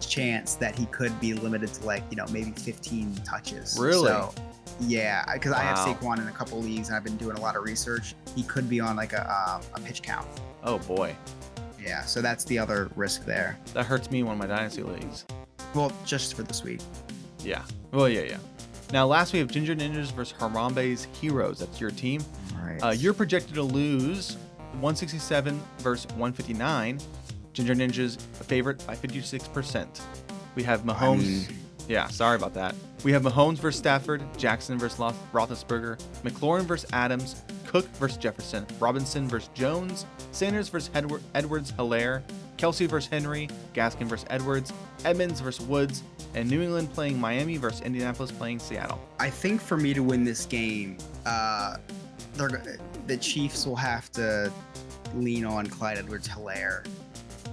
chance that he could be limited to like you know maybe 15 touches. Really? So, yeah, because I have Wow. Saquon in a couple leagues, and I've been doing a lot of research. He could be on like a um, a pitch count. Oh boy, Yeah, so that's the other risk there. that hurts me in one of my dynasty leagues. Well, just for this week. Yeah. Well, yeah, yeah. Now last we have Ginger Ninjas versus Harambe's Heroes. That's your team. All right. Uh, you're projected to lose 167 versus 159. Ginger Ninja's a favorite by 56%. We have Mahomes. yeah, sorry about that. We have Mahomes versus Stafford, Jackson versus Lo- Roethlisberger, McLaurin versus Adams, Cook versus Jefferson, Robinson versus Jones, Sanders versus Hedwar- Edwards Hilaire, Kelsey versus Henry, Gaskin versus Edwards, Edmonds versus Woods, and New England playing Miami versus Indianapolis playing Seattle. I think for me to win this game, uh, they're go- the Chiefs will have to lean on Clyde Edwards-Hilaire,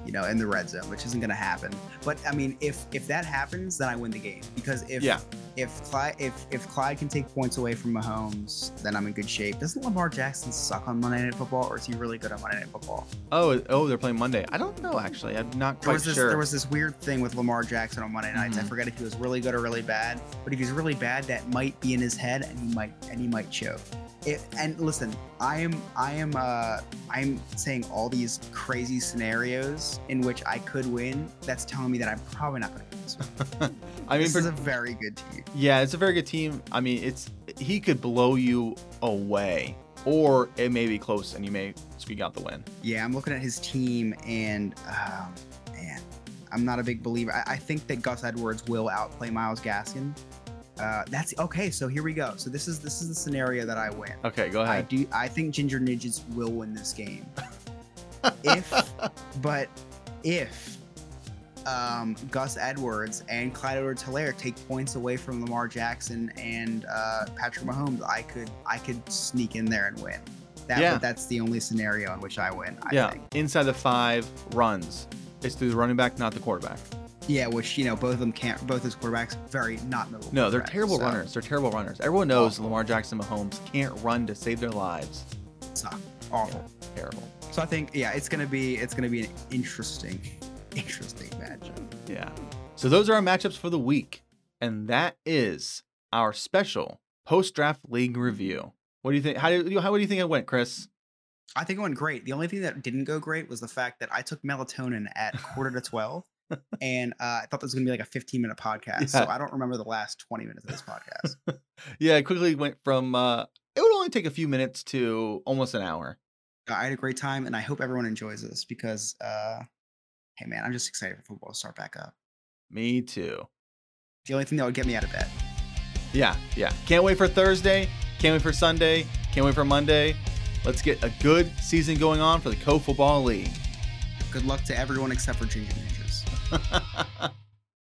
you know, in the red zone, which isn't going to happen. But I mean, if if that happens, then I win the game because if Yeah. if Clyde if if Clyde can take points away from Mahomes, then I'm in good shape. Doesn't Lamar Jackson suck on Monday Night Football, or is he really good on Monday Night Football? Oh, oh, they're playing Monday. I don't know actually. I'm not There quite was this sure. there was this weird thing with Lamar Jackson on Monday nights. I Mhm. forget if he was really good or really bad. But if he's really bad, that might be in his head, and he might and he might choke. It, and listen, I am I am uh I'm saying all these crazy scenarios in which I could win. That's telling me that I'm probably not going to win. This, one. I mean, this for- is a very good team. Yeah, it's a very good team. I mean, it's he could blow you away, or it may be close, and you may squeak out the win. Yeah, I'm looking at his team, and um, man, I'm not a big believer. I, I think that Gus Edwards will outplay Miles Gaskin. Uh, that's okay. So here we go. So this is this is the scenario that I win. Okay, go I ahead. do. I think Ginger Ninjas will win [laughs] this game. if, but if um, Gus Edwards and Clyde Edwards-Hilaire take points away from Lamar Jackson and uh, Patrick Mahomes, I could I could sneak in there and win. That, Yeah. That's the only scenario in which I win. I yeah, Think. inside the five runs. It's through the running back, not the quarterback. Yeah. Which you know, both of them can't. Both those quarterbacks very not mobile. No, they're quarterbacks, terrible so runners. They're terrible runners. Everyone knows Lamar Jackson, Mahomes can't run to save their lives. Suck. Awful. Terrible. So I think yeah, it's gonna be it's gonna be an interesting, [laughs] interesting matchup. Yeah. So those are our matchups for the week, and that is our special post-draft league review. What do you think? How do you, how do you think it went, Chris? I think it went great. The only thing that didn't go great was the fact that I took melatonin at quarter to 12. And uh, I thought this was going to be like a 15 minute podcast. So Yeah. I don't remember the last 20 minutes of this podcast. Yeah, it quickly went from uh it would only take a few minutes to almost an hour. I had a great time. And I hope everyone enjoys this because, uh, hey, man, I'm just excited for football to start back up. Me too. The only thing that would get me out of bed. Yeah, yeah. Can't wait for Thursday. Can't wait for Sunday. Can't wait for Monday. Let's get a good season going on for the Co Football League. [laughs] Good luck to everyone except for Ginger Ninjas.